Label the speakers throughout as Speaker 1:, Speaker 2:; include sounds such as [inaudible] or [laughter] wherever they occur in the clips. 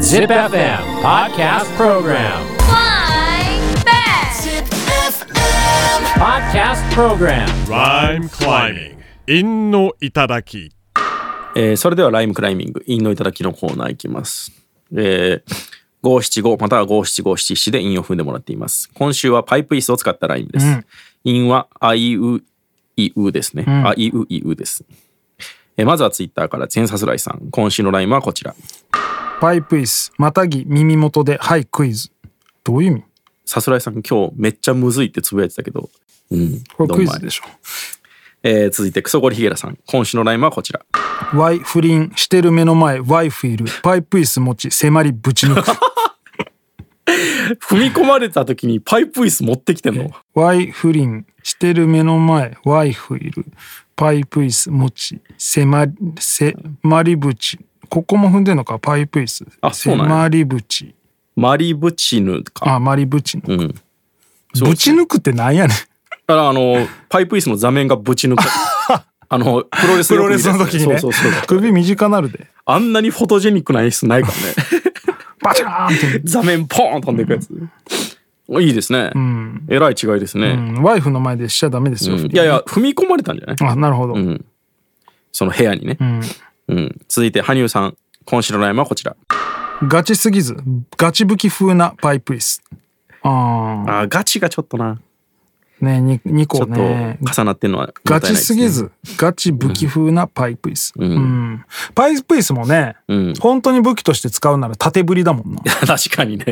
Speaker 1: Zip FM Podcast Program.
Speaker 2: Flying back.
Speaker 1: Podcast Program.
Speaker 3: Rhyme climbing. 陰の頂き。
Speaker 4: えーそれではライムクライミング、韻のいただきのコーナーいきます。えー五七五または五七五七七で韻を踏んでもらっています。今週はパイプ椅子を使ったライムです。韻、はあいういうですね。あいういうです。えーまずはツイッターから全サスライさん。今週のライムはこちら。
Speaker 5: パイプイス、またぎ、耳元で、はい、クイズ。どういう意味
Speaker 4: サスライさん今日めっちゃむずいってつぶやいてたけど。うん。
Speaker 5: これクイ
Speaker 4: ど
Speaker 5: ズ
Speaker 4: んまい
Speaker 5: でしょ。
Speaker 4: えー続いてクソゴリヒゲラさん。今週のライムはこちら。 [laughs]
Speaker 5: ワイ不倫、してる目の前、ワイフいる、パイプイス持ち、迫りぶち
Speaker 4: [laughs]
Speaker 5: 抜く。
Speaker 4: 踏み込まれた時にパイプ椅子持ってきてんの。
Speaker 5: ワイ不倫、してる目の前、ワイフいる、パイプイス持ち、迫り、迫りぶち。ここも踏んでんのか、パイプイス。
Speaker 4: あそうなんや
Speaker 5: 迫りぶち。
Speaker 4: マリブチヌか。
Speaker 5: あ、マリぶち抜く。
Speaker 4: うん。そう
Speaker 5: ぶち抜くってなんやね
Speaker 4: だ
Speaker 5: ん。
Speaker 4: からあ
Speaker 5: [laughs]
Speaker 4: の、パイプ椅子の座面がぶち抜かれあの、プロレス
Speaker 5: プ
Speaker 4: よ
Speaker 5: ロ
Speaker 4: く
Speaker 5: レ
Speaker 4: 見る
Speaker 5: スの時にね
Speaker 4: そうそうそう。。
Speaker 5: 首短なるで。
Speaker 4: あんなにフォトジェニックな演出ないから
Speaker 5: [laughs]
Speaker 4: ね。
Speaker 5: バチャーンって。
Speaker 4: 座面ポーン飛んでいくやつ。いいですね。えらい違いです
Speaker 5: う
Speaker 4: ね、
Speaker 5: んワイフの前でしちゃダメですよ。
Speaker 4: うんいやいや、踏み込まれたんじゃない
Speaker 5: あ、なるほど。
Speaker 4: その部屋にね。うん。続いて、羽生さん。今週のライムはこちら。
Speaker 5: ガチすぎず、ガチ吹き風なパイプ椅子。あ
Speaker 4: あーガチがちょっとな、
Speaker 5: あ、ね、に二
Speaker 4: ちょ
Speaker 5: 個
Speaker 4: っと
Speaker 5: ね。
Speaker 4: 重なってんのは、
Speaker 5: ガチすぎ。ず、ガチ武器風なパイプ椅子。うん。パイプ椅子もね、
Speaker 4: ん
Speaker 5: 本当に武器として使うなら縦振りだも
Speaker 4: [laughs]
Speaker 5: んな。
Speaker 4: 確かにね。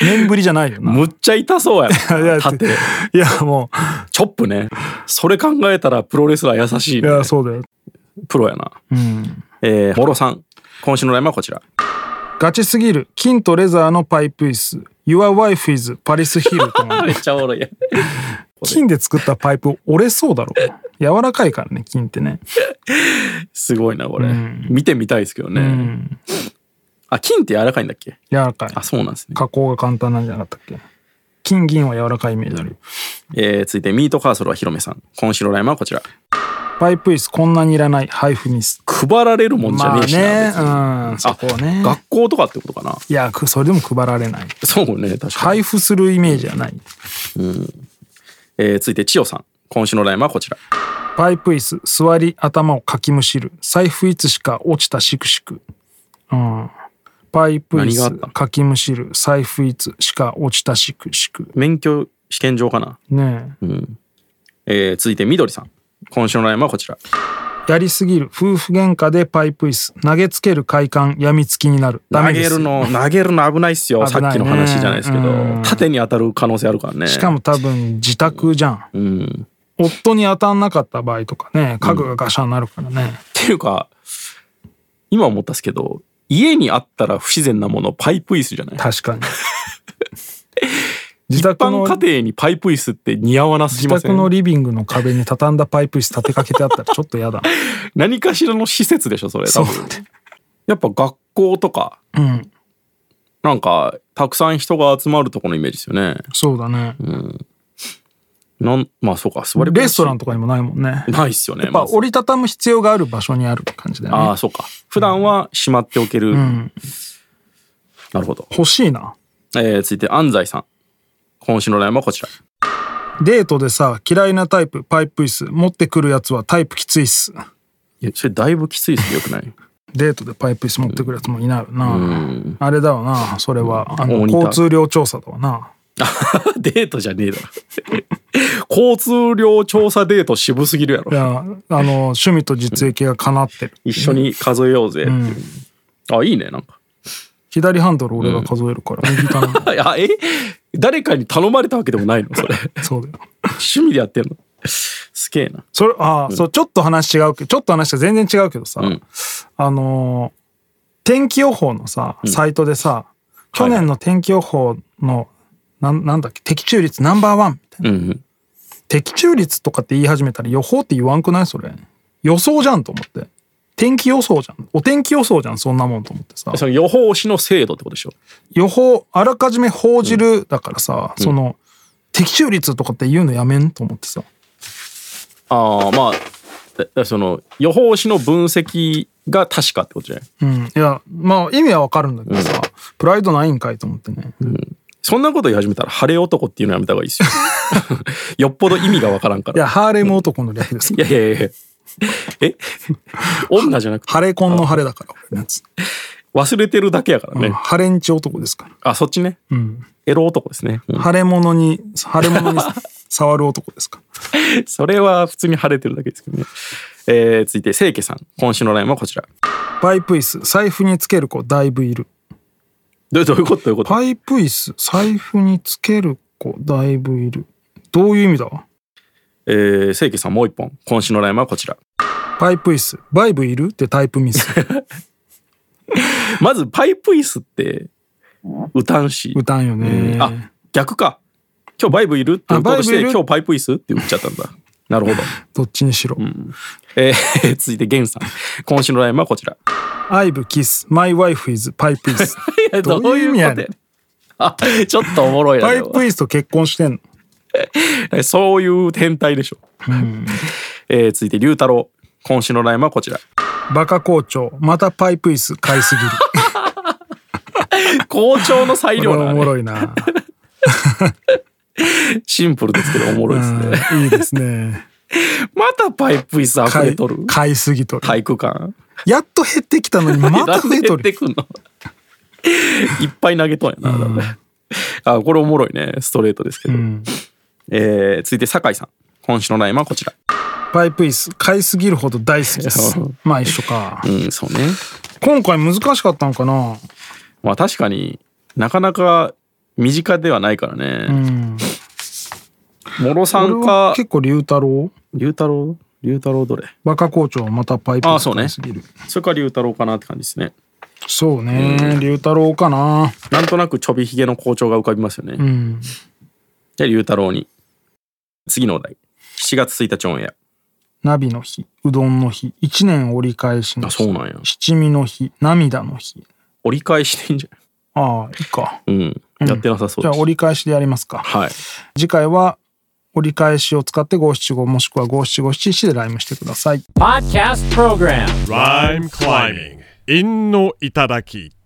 Speaker 5: 面振りじゃないよな。
Speaker 4: むっちゃ痛そうや
Speaker 5: [laughs] いや
Speaker 4: な。縦。
Speaker 5: いや、も
Speaker 4: チョップね。それ考えたらプロレスラー優しい、
Speaker 5: う、い
Speaker 4: ね。
Speaker 5: や、そうだよ。
Speaker 4: プロやな。えー、モロさん。今週のラインはこちら。
Speaker 5: ガチすぎる、金とレザーのパイプ椅子。Your wife is Paris
Speaker 4: [laughs]
Speaker 5: Hill とも
Speaker 4: めっちゃおもろいやん。
Speaker 5: 金で作ったパイプ折れそうだろう。柔らかいからね、金ってね。
Speaker 4: すごいな、これ。見てみたいですけどね。あ、金って柔らかいんだっけ
Speaker 5: 柔らかい。
Speaker 4: あ、そうなんですね。
Speaker 5: 加工が簡単なんじゃなかったっけ金銀は柔らかいイメージある。
Speaker 4: えー、続いて、ミートカーソルはヒロメさん。今週のラインはこちら。
Speaker 5: パイプ椅子こんなにいらない配布ミス。
Speaker 4: 配られるもんじゃ
Speaker 5: ま
Speaker 4: ね
Speaker 5: あ
Speaker 4: えしな。
Speaker 5: ね、
Speaker 4: 別に
Speaker 5: うん、そこをね。
Speaker 4: 学校とかってことかな。
Speaker 5: いや、くそれでも配られない。
Speaker 4: そうね、確かに。
Speaker 5: 配布するイメージはない。
Speaker 4: えー、続いて、千代さん。今週のラインはこちら。
Speaker 5: パイプ椅子、座り、頭をかきむしる。財布いつしか落ちたしくしく。うん。パイプ椅
Speaker 4: 何があった
Speaker 5: 子、かきむしる。財布いつしか落ちたしくしく。
Speaker 4: 免許試験場かな。
Speaker 5: ねえ。
Speaker 4: えー、続いて、みどりさん。今週のラインはこちら。
Speaker 5: やりすぎる。夫婦喧嘩でパイプ椅子。投げつける快感、やみつきになる。ダ
Speaker 4: 投
Speaker 5: メで
Speaker 4: げ
Speaker 5: す。
Speaker 4: るの、投げるの危ないっすよ。
Speaker 5: 危
Speaker 4: さ
Speaker 5: ないね
Speaker 4: っきの話じゃないですけ
Speaker 5: う
Speaker 4: ど。
Speaker 5: ん
Speaker 4: 縦に当たる可能性あるからね。
Speaker 5: しかも多分自宅じゃん。
Speaker 4: うん。
Speaker 5: 夫に当たんなかった場合とかね、家具がガシャンになるからね。
Speaker 4: っていうか今思ったっすけど家にあったら不自然なものパイプ椅子じゃない
Speaker 5: 確かに。 [laughs] 自
Speaker 4: 一
Speaker 5: 宅の
Speaker 4: 般家庭にパイプ椅子って似合わなすぎ
Speaker 5: 自
Speaker 4: ませ
Speaker 5: 宅
Speaker 4: ん
Speaker 5: のリビングの壁に畳んだパイプ椅子立てかけてあったら [laughs] ちょっと嫌だ。
Speaker 4: 何かしらの施設でしょそれ
Speaker 5: そ
Speaker 4: 多
Speaker 5: う
Speaker 4: 分やっぱ学校とか
Speaker 5: うん。
Speaker 4: なんかたくさん人が集まるとこのイメージですよね
Speaker 5: そうだね。
Speaker 4: なんまあそうか座り
Speaker 5: レストランとかにもないもんね。
Speaker 4: ないっすよね
Speaker 5: やっぱ
Speaker 4: まず
Speaker 5: 折りたたむ必要がある場所にある感じだよ
Speaker 4: あ
Speaker 5: ね。
Speaker 4: あそうか普段はしまっておける、なるほど、
Speaker 5: 欲しいな。
Speaker 4: えー、続いて安西さん今週のラインはこちら
Speaker 5: デートでさ、嫌いなタイプ、パイプ椅子、持ってくるやつはタイプきついっす。
Speaker 4: いやそれだいぶきついっすよよくない
Speaker 5: デートでパイプ椅子持ってくるやつもいないよな。あれだわな、それは。あ
Speaker 4: 大
Speaker 5: の
Speaker 4: 仁田
Speaker 5: 交通量調査だわな。
Speaker 4: [laughs] デートじゃねえだろ。交通量調査デート渋すぎるや
Speaker 5: い
Speaker 4: ろ。
Speaker 5: や、あの、趣味と実益がかなってる。
Speaker 4: 一緒に数えようぜっていう。あ、いいね、なんか。
Speaker 5: 左ハンドル俺が数えるから、
Speaker 4: [laughs]
Speaker 5: 右頼む。
Speaker 4: あ、え誰かに頼まれたわけでもないのそれ。
Speaker 5: そうだよ。
Speaker 4: 趣味でやってんのすげえな。
Speaker 5: それ、ああ、そう、ちょっと話違うけど、ちょっと話が全然違うけどさ、あのー天気予報のさ、サイトでさ、去年の天気予報の、なんなんだっけ、的中率ナンバーワンみたいな。
Speaker 4: うん。
Speaker 5: 的中率とかって言い始めたら予報って言わんくないそれ。予想じゃんと思って。天気予想じゃん。お天気予想じゃん、そんなもんと思ってさ。
Speaker 4: その予報士の制度ってことでしょ。
Speaker 5: 予報あらかじめ報じるだからさ、その的中率とかって言うのやめんと思ってさ
Speaker 4: ああ、まあ、だその予報士の分析が確かってことじゃない
Speaker 5: うん。いや、まあ意味はわかるんだけどさ、プライドないんかいと思ってね。
Speaker 4: そんなこと言い始めたら晴れ男っていうのやめた方がいいです
Speaker 5: [laughs]
Speaker 4: よよっぽど意味がわからんか
Speaker 5: い
Speaker 4: ら
Speaker 5: や、ハーレム男の略です。
Speaker 4: いやいやいやいやえ女じゃなくて
Speaker 5: ハレコンのハレだから、俺のやつ
Speaker 4: 忘れてるだけやからね、
Speaker 5: うんハレンチ男ですから。
Speaker 4: あそっちね、
Speaker 5: うん。
Speaker 4: エロ男ですね、うん
Speaker 5: 腫れ物に、腫れ物に [laughs] 触る男ですか。
Speaker 4: それは普通に晴れてるだけですけどね、えー、続いて清家さん今週のラインはこちら
Speaker 5: パイプ椅子、財布につける子だいぶいる。
Speaker 4: どどういうことどういうこと
Speaker 5: パイプ椅子、財布につける子だいぶいる。どういう意味だ
Speaker 4: えー、清家さんもう一本今週のラインはこちら
Speaker 5: パイプ椅子、バイブいるってタイプミ [laughs] ス。
Speaker 4: まずパイプ椅子って歌うし
Speaker 5: 歌うんよね。
Speaker 4: あ逆か今日バイブいるって言おうとし
Speaker 5: あバイ
Speaker 4: て
Speaker 5: ブいる
Speaker 4: 今日パイプ椅子って言っちゃったんだ [laughs] なるほど、
Speaker 5: どっちにしろ。
Speaker 4: えー [laughs] 続いてゲンさん今週のラインはこちら
Speaker 5: I v e kiss, my wife is パイプ椅 [laughs] 子。どういう意味やねん。
Speaker 4: あちょっとおもろいな
Speaker 5: パイ
Speaker 4: で
Speaker 5: プ
Speaker 4: も
Speaker 5: 椅子と結婚してんの。
Speaker 4: えそういう天体でしょ、 [laughs] えー続いて龍太郎今週のラインはこちら
Speaker 5: バカ校長、またパイプ椅子買いすぎ
Speaker 4: [laughs]
Speaker 5: る。
Speaker 4: 校長の裁
Speaker 5: これ
Speaker 4: 量な
Speaker 5: お
Speaker 4: ん
Speaker 5: も
Speaker 4: で
Speaker 5: ろいな。
Speaker 4: シンプルですけどおもろいですね
Speaker 5: うんいいですね。
Speaker 4: またパイプ椅子溢
Speaker 5: 買
Speaker 4: れ
Speaker 5: い
Speaker 4: とる
Speaker 5: 買いすぎとる。
Speaker 4: 体育館
Speaker 5: やっと減ってきたのにまた増えと
Speaker 4: [laughs] 減って
Speaker 5: る。
Speaker 4: く
Speaker 5: [laughs]
Speaker 4: んのいっぱい投げとんやな、だからあこれおもろいねストレートですけど、
Speaker 5: ん
Speaker 4: えー続いて酒井さん今週のラインはこちら
Speaker 5: パイプ椅子買いすぎるほど大好きです
Speaker 4: いや。
Speaker 5: まあ一緒か
Speaker 4: う。んそうね
Speaker 5: 今回難しかったのかな。
Speaker 4: まあ確かになかなか身近ではないからね、
Speaker 5: うん。
Speaker 4: もろさ
Speaker 5: 俺
Speaker 4: ん
Speaker 5: は
Speaker 4: か
Speaker 5: 結構龍太郎、
Speaker 4: 龍太郎龍太郎どれ
Speaker 5: バカ校長またパイプ
Speaker 4: ああ
Speaker 5: 椅
Speaker 4: そう
Speaker 5: 子
Speaker 4: ね
Speaker 5: 買いすぎる。
Speaker 4: それか龍太郎かなって感じですね
Speaker 5: そうね。龍太郎かな。
Speaker 4: なんとなくちょびひげの校長が浮かびますよね、
Speaker 5: うん。
Speaker 4: じゃあ龍太郎に次のお題7月1日オンエア
Speaker 5: ナビの日、うどんの日、一年折り返しの日、
Speaker 4: あそうなんや
Speaker 5: 七味の日、涙の日。
Speaker 4: 折り返していいんじゃ
Speaker 5: ああ、いいか。
Speaker 4: ないうんやってなさそう
Speaker 5: じ
Speaker 4: で
Speaker 5: ゃあ
Speaker 4: す、
Speaker 5: 折り返しでやりますか。
Speaker 4: はい
Speaker 5: 次回は折り返しを使って五七五もしくは五七五七七でライムしてください。
Speaker 1: Podcast Program
Speaker 3: Rhyme climbing. 韻の頂き。